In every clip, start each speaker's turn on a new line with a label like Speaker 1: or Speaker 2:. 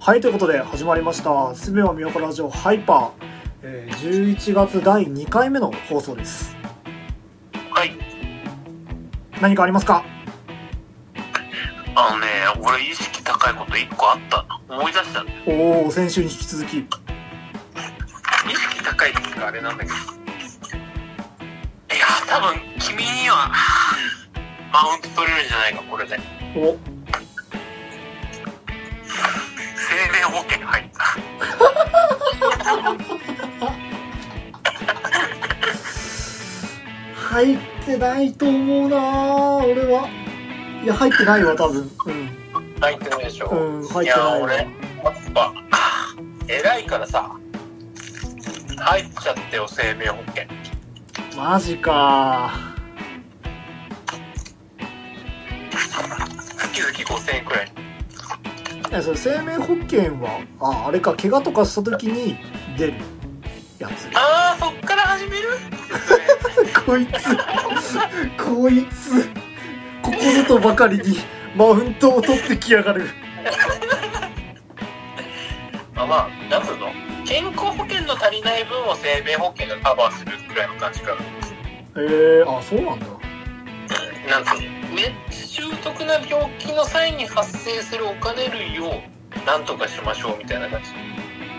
Speaker 1: はい、ということで始まりました。すべはみよこラジオハイパー、えー、11月第2回目の放送です。
Speaker 2: はい。
Speaker 1: 何かありますか
Speaker 2: あのね、俺意識高いこと一個あったな。思い出した。
Speaker 1: おお、先週に引き続き。
Speaker 2: 意識高いっていうかあれなんだけど。いや、多分君には、マウント取れるんじゃないか、これで。
Speaker 1: お、
Speaker 2: 生命保険入った。
Speaker 1: 入ってないと思うなー俺は。いや、入ってないわ、多分。
Speaker 2: 入ってないでしょ。
Speaker 1: うん。うん、入
Speaker 2: い
Speaker 1: って
Speaker 2: や、
Speaker 1: ないわ。
Speaker 2: 俺、やっぱ、偉いからさ、入っちゃってよ、生命保険。
Speaker 1: マジか
Speaker 2: 月々5000円くらい。
Speaker 1: ー。え、それ生命保険は、あ、あれか、怪我とかした時に出るやつ。
Speaker 2: あー、そっから始める
Speaker 1: こいつ、こいつ、ここぞとばかりにマウントを取ってきやがる。
Speaker 2: まあまあ、なんつうの健康保険の足りない分を生命保険がカバーするくらいの感じかな。
Speaker 1: えー、あ、そうなんだ。
Speaker 2: なんつうのめっちゃ重篤な病気の際に発生するお金類をなんとかしましょうみたいな感じ。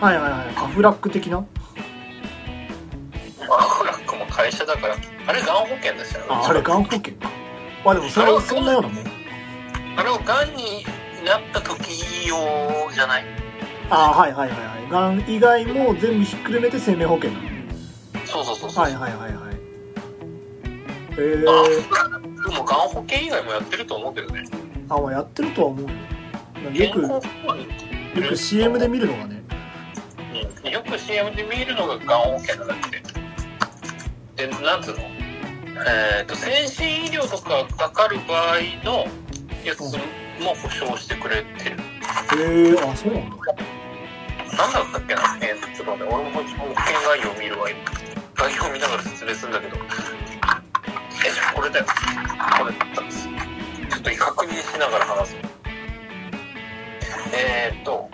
Speaker 1: はいはいはい。アフラック的な
Speaker 2: まあ、フラックも会社だから、あれ、がん保険ですよね。
Speaker 1: あ、あれ、がん保険か。まあでもそれはそんなようなもん。
Speaker 2: あれをがんになった時用じゃない
Speaker 1: あ、はいはいはいはい。がん以外も全部ひっくるめて生命保険なのね
Speaker 2: そうそうそうそう。
Speaker 1: はいはいはいはい。え
Speaker 2: あ
Speaker 1: ー、
Speaker 2: でもがん保険以外もやってると思うけどね。
Speaker 1: あ、まあやってるとは思うよ。よ
Speaker 2: 健
Speaker 1: く、
Speaker 2: 康保
Speaker 1: よ
Speaker 2: 険
Speaker 1: く CM で見るのがね。
Speaker 2: うんよく CM で見るのががん保険なんだって。で、なんつうのえっ、と、先進医療とかかかる場合のやつも保証してくれてる。
Speaker 1: えー、あ、そうなんだ。
Speaker 2: なんだったっけなえっ、と、ちょっと待って、俺も保険概要を見るわ、今概要を見ながら説明するんだけど。よいしょ、これだよ。これだったんです。ちょっと確認しながら話す。えっ、と、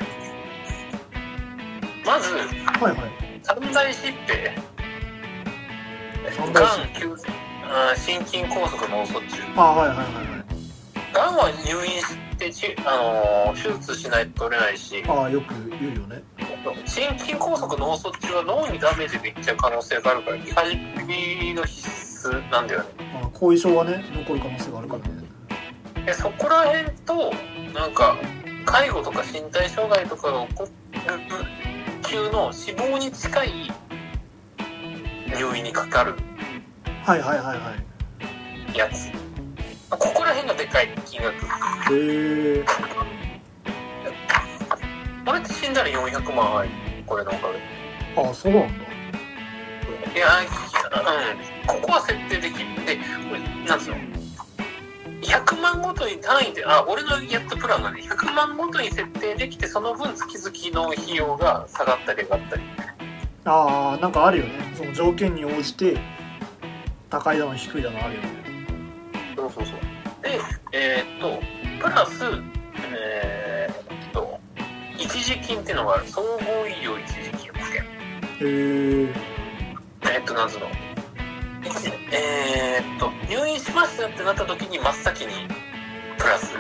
Speaker 2: まず、
Speaker 1: はいはい。
Speaker 2: 三大疾病
Speaker 1: 三
Speaker 2: が
Speaker 1: 大
Speaker 2: ん急あー心筋梗塞脳卒中
Speaker 1: あ、はいはいはいはい。
Speaker 2: がんは入院してち、あのー手術しないと取れないし
Speaker 1: ああ、よく言うよね。
Speaker 2: 心筋梗塞脳卒中は脳にダメージできちゃう可能性があるからリハビリの必須なんだよね
Speaker 1: あー後遺症がね、残る可能性があるからね。
Speaker 2: でそこら辺となんか介護とか身体障害とかが起こる急の死亡に近い入院にかかる
Speaker 1: はいはいはいはい。
Speaker 2: やつここら辺がでかい金額
Speaker 1: へえ。
Speaker 2: これって死んだら400万あるこれのおかげ
Speaker 1: あ、そうなんだ。
Speaker 2: でいやーうんここは設定できるでこれなんつうの100万ごとに単位であ俺のやったプランがね100万ごとに設定できてその分月々の費用が下がったり上がったり
Speaker 1: ああ、なんかあるよね。その条件に応じて、高いだの低いだのあるよね。
Speaker 2: そうそうそうでえーっとプラスえーっと一時金っていうのがある総合医療一時金保
Speaker 1: へ
Speaker 2: 険
Speaker 1: え。
Speaker 2: えっと、なんつうのえーっと、入院しましたってなった時に真っ先に、プラス、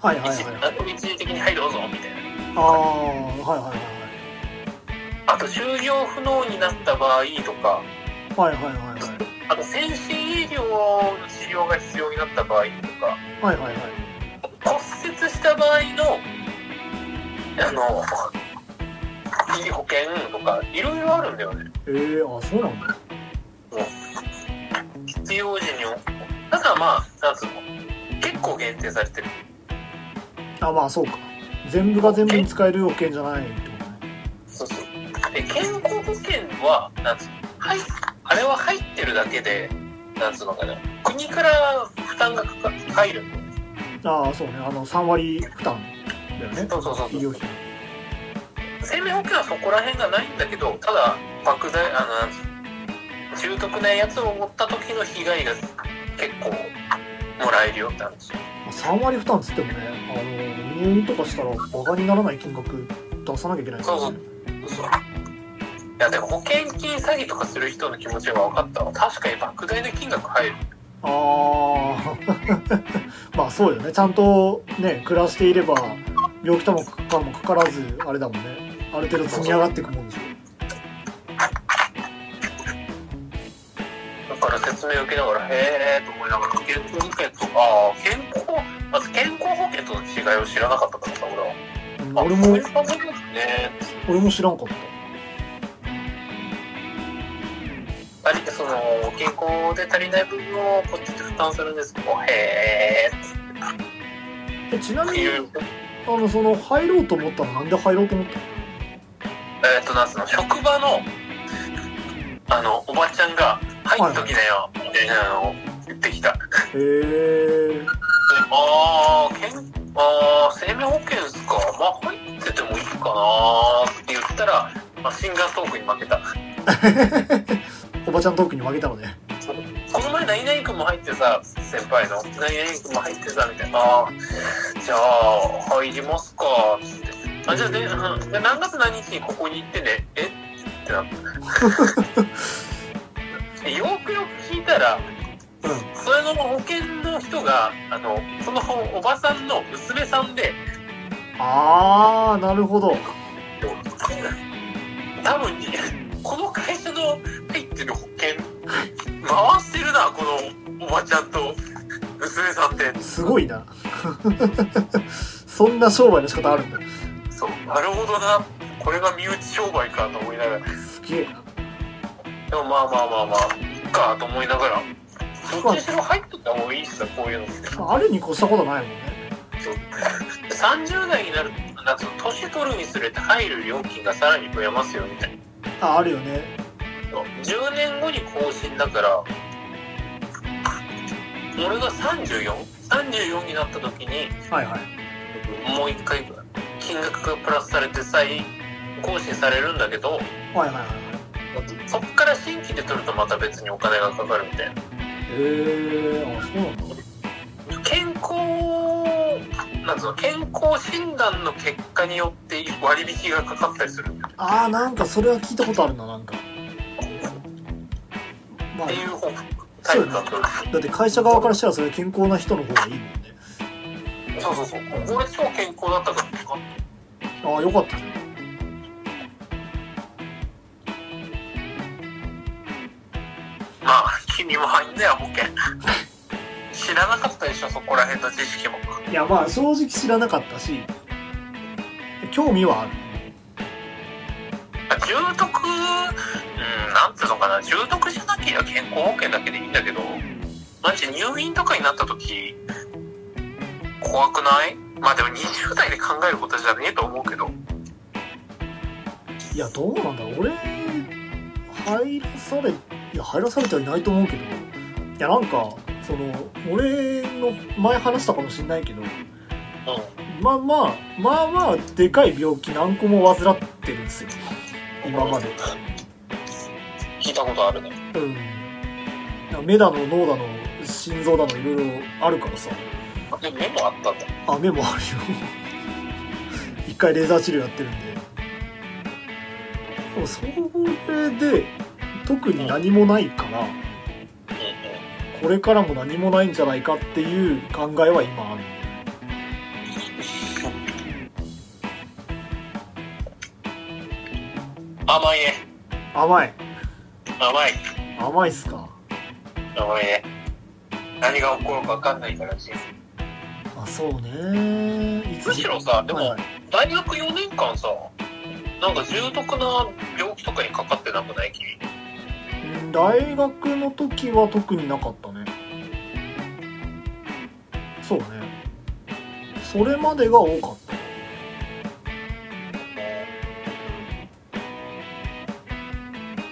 Speaker 1: はいはい
Speaker 2: 一
Speaker 1: はい。
Speaker 2: あと一時的に、はい、どうぞ、みたいな。
Speaker 1: ああ、はいはい
Speaker 2: あと、就業不能になった場合とか、
Speaker 1: はいはい。はいはいはいはい。
Speaker 2: あと、先進医療の治療が必要になった場合と
Speaker 1: はいはいはい。
Speaker 2: か、骨折した場合の、あの、いい保険とか、いろいろあるんだよね。
Speaker 1: へえ、あ、そうなんだ。
Speaker 2: 必要時に。だからまあ、なんつうの、結構限定されてる。
Speaker 1: あ、まあそうか。全部が全部に使える保険じゃないってことね。
Speaker 2: そうそう。で、健康保険は、なんつうの、はい、あれは入ってるだけで、なんつうのかな、国から負担がかか入るんだよね。
Speaker 1: ああ、そうね。あの、3割負担だよね。
Speaker 2: そうそうそう
Speaker 1: 医
Speaker 2: そう
Speaker 1: 療。費。
Speaker 2: 生命保険はそこら辺がないんだけど、ただ、莫大、あの、なんつうの重篤なやつを持った時の被害が結構もらえるよって話。
Speaker 1: あ3割負担っつってもねあの入院とかしたらバカにならない金額出さなきゃいけないから
Speaker 2: そうそういやでも保険金詐欺とかする人の気持ちが分かったわ確かに莫大な金額入る
Speaker 1: ああ まあそうよねちゃんとね暮らしていれば病気ともかかもかからずあれだもんねある程度積み上がっていくもんでしょ
Speaker 2: だから説明を受けながらへえと思いながら健康保険とああ健康まず健康保険との違いを知らなかったからさ俺は
Speaker 1: うん
Speaker 2: あ
Speaker 1: 俺も
Speaker 2: そういうことですね
Speaker 1: 俺も知らんかった
Speaker 2: ありその健康で足りない部分をこっちで負担するんですけどへえ
Speaker 1: えちな
Speaker 2: っ
Speaker 1: み
Speaker 2: て
Speaker 1: に
Speaker 2: いう
Speaker 1: あのその入ろうと思ったらなんで入ろうと思ったの
Speaker 2: えっ、となんつうの職場のあのおばちゃんが「入っときなよ」みたいなのを言ってきた
Speaker 1: へえ
Speaker 2: ああ、けん、ああ、生命保険ですか。まあ、入っててもいいかなーって言ったら、マシンガントークに負けた。
Speaker 1: おばちゃんトークに負けたのね
Speaker 2: この前、何々君も入ってさ、先輩の、何々君も入ってさ、みたいな。あーじゃあ、入りますか、つって。あ、じゃあ、で、うんで何月何日にここに行ってね、えってなった。でよくよく聞いたら、
Speaker 1: うん
Speaker 2: それの保険の人が、あの、そのおばさんの娘さんで、
Speaker 1: ああなるほど
Speaker 2: 多分この会社の入ってる保険回してるなこのおばちゃんと娘さんって
Speaker 1: すごいな そんな商売の仕方あるんだ
Speaker 2: そうなるほどなこれが身内商売かと思いながらです
Speaker 1: げえな
Speaker 2: もまあまあまあまあいっかと思いながらどっちにしろ入っとった方がいいっすよこういうのって
Speaker 1: あるに越したことないもんね
Speaker 2: 30代になるなんか年取るにつれて入る料金がさらに増えますよみたいな
Speaker 1: ああるよね
Speaker 2: 10年後に更新だから俺が 34?34 34になった時に
Speaker 1: はいはい
Speaker 2: もう一回金額がプラスされて再更新されるんだけど
Speaker 1: はいはいはいはい
Speaker 2: そっから新規で取るとまた別にお金がかかるみた
Speaker 1: へ
Speaker 2: いな
Speaker 1: えー、あそうなんだ
Speaker 2: 健康なんつうの健康診断の結果によって割引がかかったりするっ
Speaker 1: ああなんかそれは聞いたことあるななんかま
Speaker 2: ていう
Speaker 1: あ
Speaker 2: 方タイプだと
Speaker 1: だって会社側からしたらそれ健康な人の方がいいもんね
Speaker 2: そうそうそう俺超健康だったから
Speaker 1: ああよかったね
Speaker 2: まあ、君も入んなよ、保険。知らなかったでしょ、そこら辺の知識も。
Speaker 1: いやまあ正直知らなかったし興味はある
Speaker 2: 重篤、うん、なんていうのかな、重篤じゃなきゃ健康保険だけでいいんだけど、マジ入院とかになった時、怖くないまあでも20代で考えることじゃねえと思うけど、
Speaker 1: いやどうなんだろう俺入らされいや入らされてはいないと思うけどいやなんかその俺の前話したかもしんないけど
Speaker 2: う
Speaker 1: まあまあまあまあでかい病気何個も患ってるんですよ
Speaker 2: ん。
Speaker 1: 今まで
Speaker 2: 聞いたことあるね。
Speaker 1: うんなんか目だの脳だの心臓だのいろいろあるからさ
Speaker 2: でもメモあったんだ。
Speaker 1: あ目もあるよ 一回レーザー治療やってるんででもそれで特に何もないから、
Speaker 2: うん
Speaker 1: これからも何もないんじゃないかっていう考えは今ある
Speaker 2: うん。甘いね。
Speaker 1: 甘い
Speaker 2: 甘い。
Speaker 1: 甘いっすか
Speaker 2: 甘いね。何が起こるか分かんないから、人生。
Speaker 1: あそうねい
Speaker 2: むしろさでも
Speaker 1: はいはい
Speaker 2: 大学4年間さなんか重篤な病気とかにかかってなくない君
Speaker 1: うん大学の時は特になかったねそうねそれまでが多かった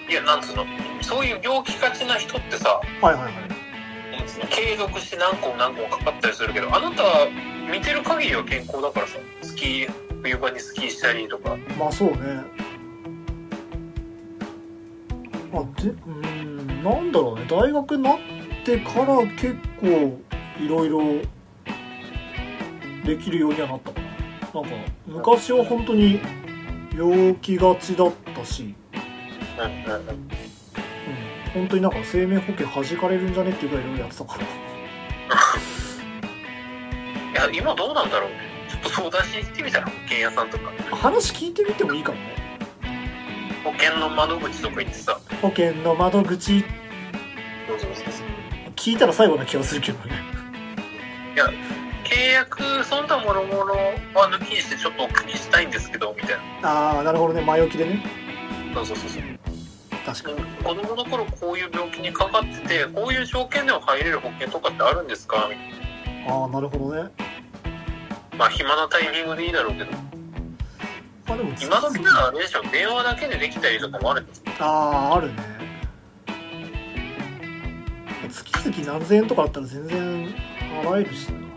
Speaker 2: いやなんつうのそういう病気がちな人って
Speaker 1: は
Speaker 2: さ
Speaker 1: いはいはい
Speaker 2: なんつうの継続して何個も何個もかかったりするけどあなた見てる限りは健康だからさスキー冬場にスキーしたりとか
Speaker 1: まあそうねあでうんなんだろうね大学になってから結構いろいろできるようにはなったかななんか昔は本当に病気がちだったし、
Speaker 2: うんうんう
Speaker 1: う
Speaker 2: ん
Speaker 1: ん、本当になんか生命保険弾かれるんじゃねっていうぐらいいろいろやってたから
Speaker 2: いや今どうなんだろうちょっと相談しに行ってみたら保険屋さんとか
Speaker 1: 話聞いてみてもいいかもね
Speaker 2: 保険の窓口とか行ってさ
Speaker 1: 保険の窓口
Speaker 2: そうそうそうそう
Speaker 1: 聞いたら最後な気がするけどね
Speaker 2: 契約その他もろもろは抜きにしてちょっとお聞きしたいんですけどみたいな
Speaker 1: ああなるほどね前置きでね
Speaker 2: そうそうそうそう
Speaker 1: 確かに
Speaker 2: 子供の頃こういう病気にかかっててこういう条件でも入れる保険とかってあるんですかみたい
Speaker 1: ああなるほどね
Speaker 2: なまあ暇なタイミングでいいだろうけど
Speaker 1: あでも月
Speaker 2: 今時ならあれでしょ電話だけでできたりとかもあるんです
Speaker 1: あああるね月々何千円とかあったら全然払えるしな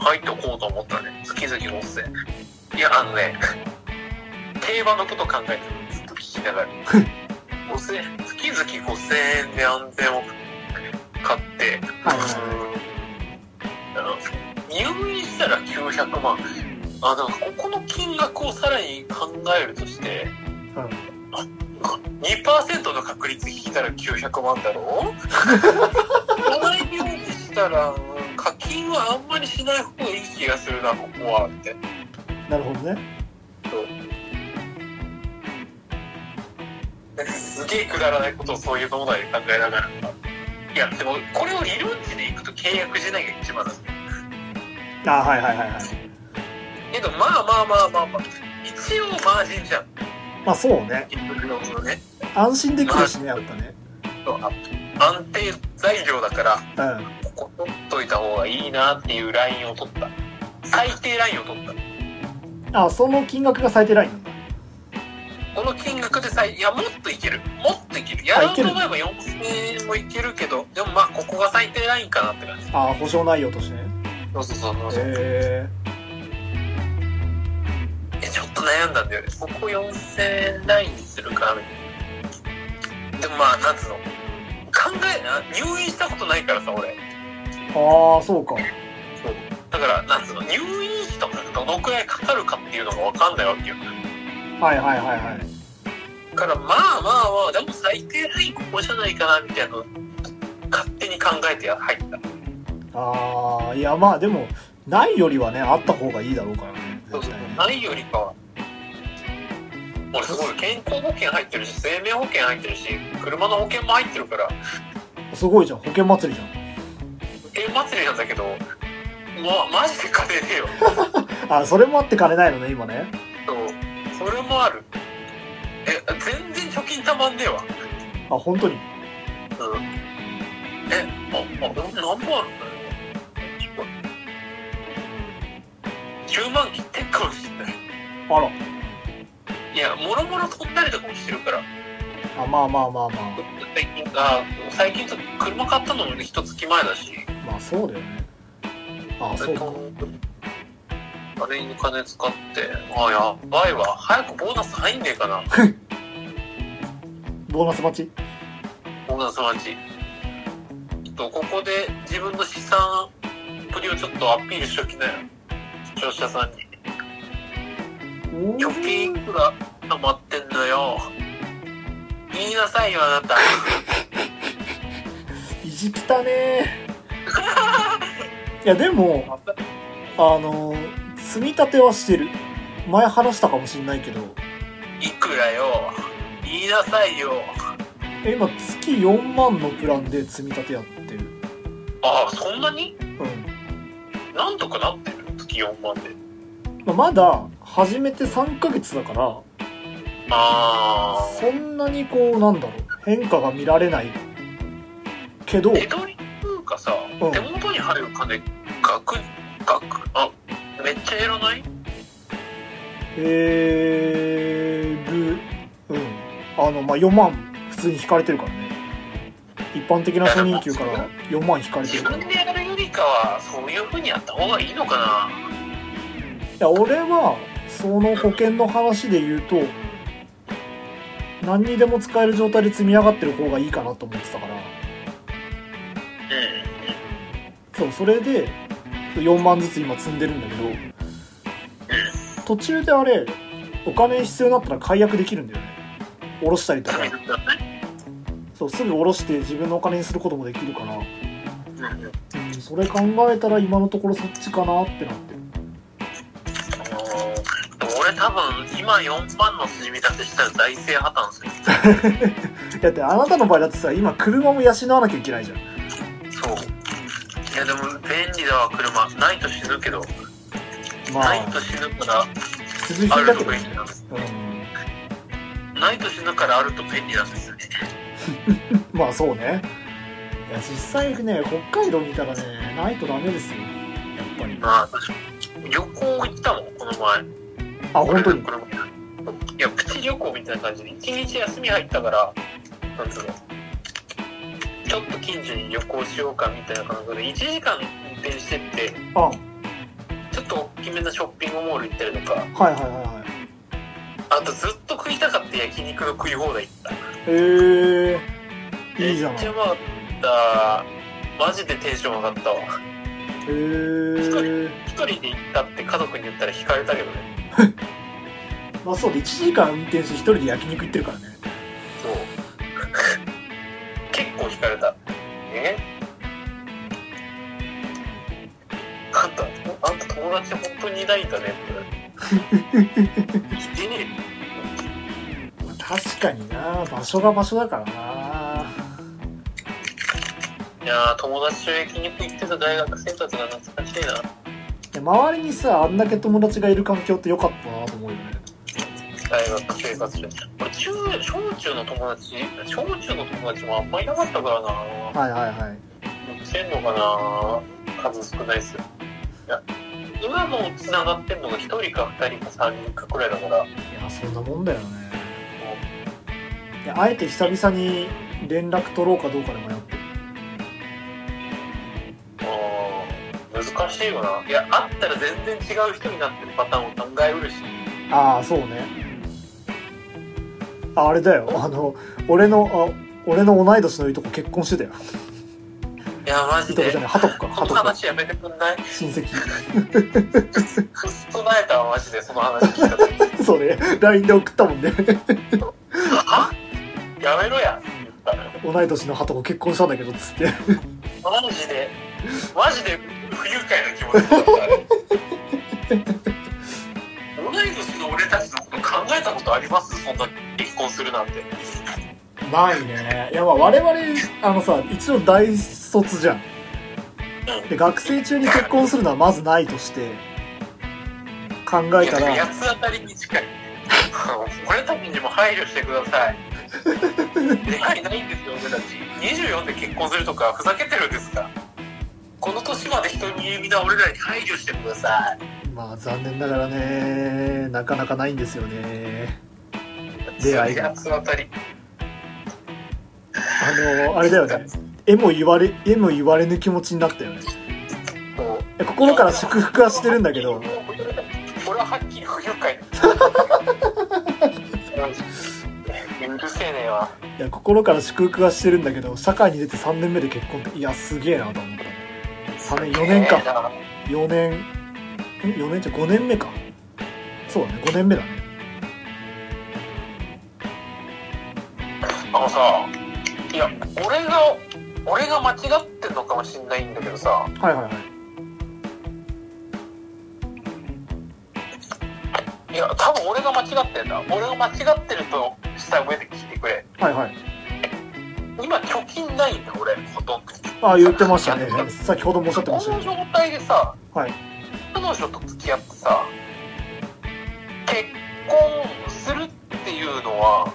Speaker 2: 入っておこうと思ったね月々のおっせいやあのね 競馬のこと考えてずっと聞きながら5000月々5000円で安全を買って
Speaker 1: はいは
Speaker 2: あの入院したら900万あのここの金額をさらに考えるとして
Speaker 1: はい
Speaker 2: 2%の確率引いたら900万だろうこない病気したらうん課金はあんまりしない方がいい気がするなここはみたい
Speaker 1: な
Speaker 2: な
Speaker 1: るほどね
Speaker 2: なんかすげえくだらないことをそういう脳内で考えながらいやでもこれを理論値でいくと契約しないが一番だ
Speaker 1: ああはいはいはいはい
Speaker 2: けどまあまあまあまあまあ一応マージンじゃん
Speaker 1: まあそうね
Speaker 2: 一分のそのね
Speaker 1: 安心できるしねやっぱね
Speaker 2: 安定材料だから
Speaker 1: う
Speaker 2: ここ取っといた方がいいなっていうラインを取った最低ラインを取った
Speaker 1: んあその金額が最低ラインなんだ
Speaker 2: この金額でさいやもっといけるもっといけるやろうと思えば4000円もいけるけどでもまあここが最低ラインかなって感じ
Speaker 1: ああ保証内容としてね
Speaker 2: そうそうそうそうそう、
Speaker 1: へ
Speaker 2: えちょっと悩んだんだよねここ4000円ラインにするかみたいなでもまあなんつうの考えな入院したことないからさ俺
Speaker 1: えああそうか
Speaker 2: だからなんつうの入院費とかどのくらいかかるかっていうのが分かんないわけよ
Speaker 1: はいはいはいはい
Speaker 2: だからまあまあまあでも最低ラインここじゃないかなみたいなのを勝手に考えて入った
Speaker 1: ああいやまあでもないよりはねあった方がいいだろうからね
Speaker 2: そう
Speaker 1: 絶
Speaker 2: そう
Speaker 1: 対ね
Speaker 2: ないよりかは俺すごい健康保険入ってるし生命保険入ってるし車の保険も入ってるから
Speaker 1: すごいじゃん保険祭りじ
Speaker 2: 保険祭りなんだけどもうマジで金ねえよ
Speaker 1: ゃんあそれもあって金ないのね今ね
Speaker 2: そうそれもあるえ全然貯金たまんねえわ
Speaker 1: あ本当に
Speaker 2: うんえああでも何本あるんだよ10万切ってっかもしんない
Speaker 1: あら
Speaker 2: いやもろもろ飛んだりとかもしてるから
Speaker 1: あまあまあまあまあ
Speaker 2: 最近あ最近と車買ったのも一月前だし
Speaker 1: まあそうだよねあそうか
Speaker 2: あれに金使ってあやばいわ早くボーナス入んねえかな
Speaker 1: ボーナス待ち
Speaker 2: ボーナス待ちちょっとここで自分の資産っぷりをちょっとアピールしときなよ視聴者さんに
Speaker 1: お
Speaker 2: 貯金いくら溜まってんのよ言いなさいよあなた
Speaker 1: 意地汚ねえ いやでもあの積み立てはしてる前話したかもしんないけど
Speaker 2: いくらよ言いなさいよ
Speaker 1: え今月4万のプランで積み立てやってる
Speaker 2: ああそんなに
Speaker 1: う
Speaker 2: なんとかなってる月4万で
Speaker 1: んまあまだ始めて3ヶ月だから
Speaker 2: ああ
Speaker 1: そんなにこうなんだろう変化が見られないけど
Speaker 2: 手取りっていうかさ、
Speaker 1: うん
Speaker 2: 手元に入る金額額あめっちゃ減らない
Speaker 1: えー、るうんあのまあ4万普通に引かれてるからね一般的な初任給から4万引かれて
Speaker 2: 自
Speaker 1: るから
Speaker 2: 分
Speaker 1: い
Speaker 2: でやるよりかはそういうふうにやった方がいいのか
Speaker 1: や俺はその保険の話で言うと何にでも使える状態で積み上がってる方がいいかなと思ってたから
Speaker 2: なうん
Speaker 1: そうそれで4万ずつ今積んでるんだけど途中であれお金必要になったら解約できるんだよね下ろしたりとか
Speaker 2: ダメだったらね。
Speaker 1: そうすぐ下ろして自分のお金にすることもできるから、う
Speaker 2: うんうん。
Speaker 1: ん、それ考えたら今のところそっちかなってなってる
Speaker 2: あのーでも俺多分今4万のすり身だてしたら財政破綻する。
Speaker 1: だってあなたの場合だってさ今車も養わなきゃいけないじゃん
Speaker 2: そう。いやでも便利だわ車。ないと死ぬけど。
Speaker 1: ま
Speaker 2: ないと
Speaker 1: あ
Speaker 2: 死ぬから
Speaker 1: 必需品
Speaker 2: ある
Speaker 1: だ
Speaker 2: と
Speaker 1: けど
Speaker 2: 便
Speaker 1: ね
Speaker 2: 利なんです。
Speaker 1: うん
Speaker 2: ないと死ぬからあると便利なんですよね。
Speaker 1: まあそうねいや実際ね北海道にいたらねないとダメですよやっぱり
Speaker 2: まあ確かに。旅行行ったもんこの前。
Speaker 1: あ本当に
Speaker 2: これこれいやプチ旅行みたいな感じで一日休み入ったからなんつうのちょっと近所に旅行しようかみたいな感じで1時間運転してって
Speaker 1: あはい
Speaker 2: ちょっと大きめなショッピングモール行ったりとか
Speaker 1: はいはいはい
Speaker 2: あとずっと食いたかった焼肉の食い放題行った
Speaker 1: へえいいじゃ
Speaker 2: め
Speaker 1: な
Speaker 2: っ
Speaker 1: い
Speaker 2: ちゃ
Speaker 1: へ
Speaker 2: うまかったマジでテンション上がったわ
Speaker 1: え
Speaker 2: 一人で行ったって家族に言ったら引かれたけどね
Speaker 1: まあそうで1時間運転して1人で焼肉行ってるからね
Speaker 2: そう結構引かれたえあんたあんた友達本当にいないんだねっていてね
Speaker 1: まあ確かにな場所が場所だからな
Speaker 2: えいやー友達と焼肉行ってた大学生活が懐かしいな
Speaker 1: で周りにさあんだけ友達がいる環境って良かったなと思うよね
Speaker 2: 大学生活中俺中小中の友達小中の友達もあんまいなかったからな
Speaker 1: はいはいはい
Speaker 2: してんのかな数少ないっすよいや今もつながってんのが1人か2人か3人かくらいだから
Speaker 1: いやそんなもんだよねであえて久々に連絡取ろうかどうかで迷ってる
Speaker 2: あー難しいよないやあったら全然違う人になってるパターンを考えうるし
Speaker 1: ああそうねああれだよあの俺のあ俺の同い年のいいとこ結婚してたよ
Speaker 2: いやマ
Speaker 1: い
Speaker 2: ジ
Speaker 1: いとこ
Speaker 2: で
Speaker 1: じゃないはとこか
Speaker 2: こ
Speaker 1: は
Speaker 2: の
Speaker 1: とこ
Speaker 2: 話やめてくんない
Speaker 1: 親戚
Speaker 2: ふっとなえたわマジでその話聞いた時
Speaker 1: そうね LINE で送ったもんね
Speaker 2: はやめろやって言ったのよ
Speaker 1: 同い年のはとこ結婚したんだけどっつって
Speaker 2: マジでマジで不愉快な気持ちだったあれ同い年の俺たちのこと考えたことありますそんな結婚するなんて
Speaker 1: ないねいやまあ我々あのさ一応大卒じゃんで学生中に結婚するのはまずないとして考えた
Speaker 2: いや
Speaker 1: ら
Speaker 2: 八つ当たりに近い 俺たちにも配慮してくだ さい出会いないんですよ俺たち24で結婚するとかふざけてるんですかこの年まで人に言うな俺らに配慮してください
Speaker 1: まあ残念ながらねなかなかないんですよね出会いが
Speaker 2: 八つ当たり
Speaker 1: あのあれだよねえも言われえも言われぬ気持ちになったよね
Speaker 2: こう
Speaker 1: いや心から祝福はしてるんだけど
Speaker 2: 俺ははっきり不愉 快です許せねえわ
Speaker 1: いや心から祝福はしてるんだけど社会に出て3年目で結婚っていやすげえなと思った3年4年
Speaker 2: ねえ
Speaker 1: か
Speaker 2: だから
Speaker 1: 4年ん4年じゃ5年目かそうだね5年目だね
Speaker 2: あのさいや俺が俺が間違ってんのかもしんないんだけどさ
Speaker 1: はいはいはい
Speaker 2: いや多分俺が間違ってんだ俺が間違ってるとした上で聞いてくれ
Speaker 1: はいはい
Speaker 2: 今貯金ないんだ俺ほとんど
Speaker 1: ああ言ってましたね先ほどもおっしゃってました
Speaker 2: この
Speaker 1: ね
Speaker 2: 状態でさ、
Speaker 1: はい
Speaker 2: 彼女と付き合ってさ結婚するっていうのは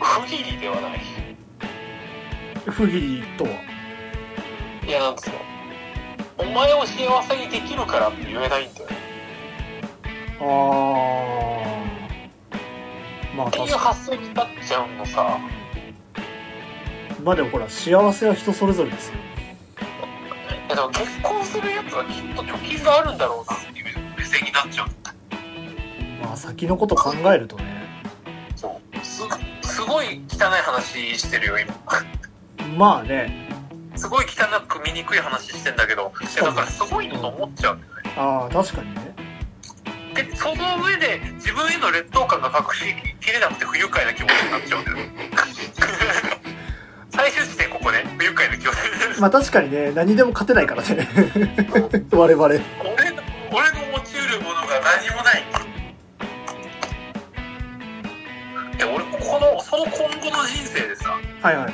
Speaker 2: 不義理ではない
Speaker 1: 不義理とはい
Speaker 2: やなんつうのお前を幸せにできるからって言えないんだよね
Speaker 1: ああまあ
Speaker 2: っていう
Speaker 1: 確か
Speaker 2: 発想になっちゃうのさ
Speaker 1: にまあでもほら幸せは人それぞれですよ
Speaker 2: いやでも結婚するやつはきっと貯金があるんだろうなっていう目線になっちゃう
Speaker 1: まあ先のこと考えるとね
Speaker 2: そうすすごい汚い話してるよ今
Speaker 1: ま あね
Speaker 2: すごい汚く見醜い話してんだけど、いやだからすごいと思っちゃうんだよね。
Speaker 1: ああ確かにね
Speaker 2: で、その上で自分への劣等感が隠しきれなくて不愉快な気持ちになっちゃうんだよね。 最終地点ここね、不愉快な気持ち。
Speaker 1: まあ確かにね何でも勝てないからね我々
Speaker 2: 俺の、俺の持ち得るものが何もない。いや、俺、この、その今後の人生でさ、
Speaker 1: はいはい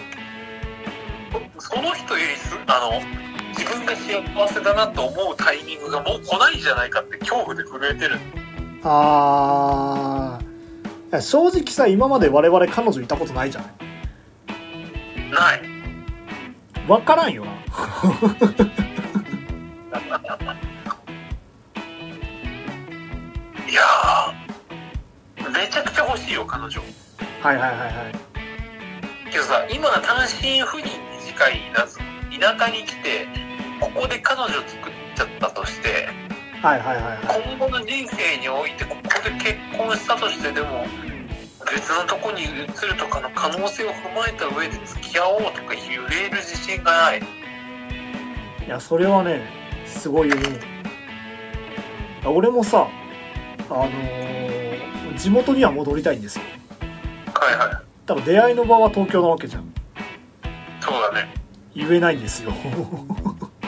Speaker 2: その人よりすあの自分が幸せだなと思うタイミングがもう来ないんじゃないかって恐怖で震えてる
Speaker 1: あーいや正直さ今まで我々彼女いたことないじゃない
Speaker 2: ない
Speaker 1: 分からんよな
Speaker 2: いやーめちゃくちゃ欲しいよ彼女
Speaker 1: はいはいはいはい
Speaker 2: けどさ今単身赴任に近い田舎田舎に来てここで彼女作っちゃったとして
Speaker 1: はいはいはいはい
Speaker 2: 今後の人生においてここで結婚したとしてでも別のとこに移るとかの可能性を踏まえた上で付き合おうとか言える自信がない
Speaker 1: いやそれはねすごい思う俺もさあのー地元には戻りたいんですよ
Speaker 2: はいはい
Speaker 1: ただ出会いの場は東京なわけじゃん
Speaker 2: そうだね
Speaker 1: 言えないんです よ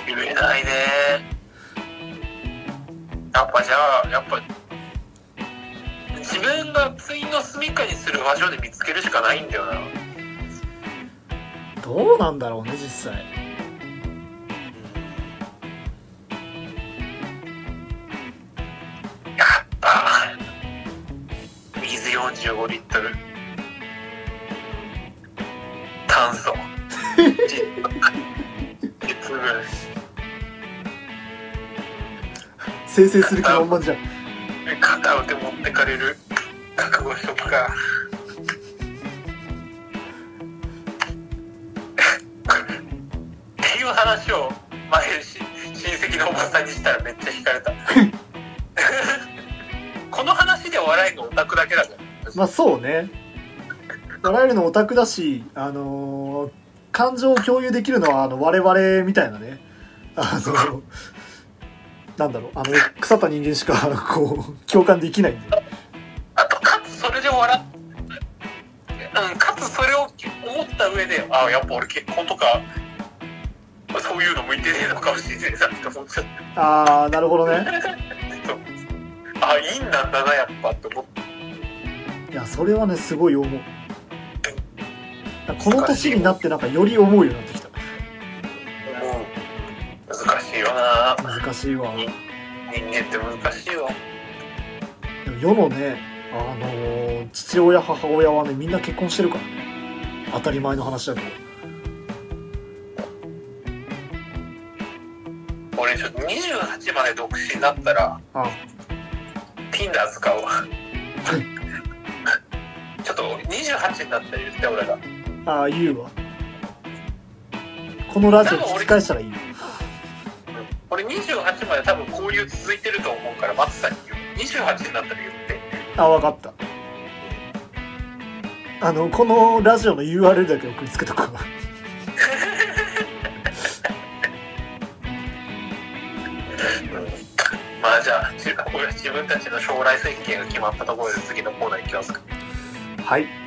Speaker 2: 言えないねやっぱじゃあやっぱ自分がついの住みかにする場所で見つけるしかないんだよな
Speaker 1: どうなんだろうね実際
Speaker 2: やっぱ水45リットル炭素実実分
Speaker 1: 生成する気満々じゃん
Speaker 2: 片腕持ってかれる覚悟しとくかっていう話を前し親戚のおばさんにしたらめっちゃ惹かれた この話で笑いのオタクだけだから
Speaker 1: まあそうね笑えるのオタクだしあのー感情を共有できるのはあの我々みたいなねあのなんだろうあの腐った人間しかこう共感できないんで
Speaker 2: あとかつそれで笑っうん、かつそれを思った上であやっぱ俺結婚とかそういうの向いてねえのかもしれないなって思っちゃった
Speaker 1: ああなるほどね
Speaker 2: そう あいいんだんだなやっぱって思って
Speaker 1: いやそれはねすごい思うこの年になってなんかより思うようになってきた
Speaker 2: 思う難しいよな
Speaker 1: 難しいわで
Speaker 2: 人間って難しいよ
Speaker 1: も世のねあのー父親母親はねみんな結婚してるからね当たり前の話だけど
Speaker 2: 俺ちょっと28まで独身だったら
Speaker 1: あ
Speaker 2: Tinder 使うわ ちょっと28になったら言って俺が
Speaker 1: あー言うわこのラジオ聞き返したらいいよ
Speaker 2: 俺28まで多分交流続いてると思うから松さんに言う28になったら言って
Speaker 1: あわかったあのこのラジオの URL だけ送りつけとくわ
Speaker 2: まあじゃあ俺は自分たちの将来設計が決まったところで次のコーナー行きますか
Speaker 1: はい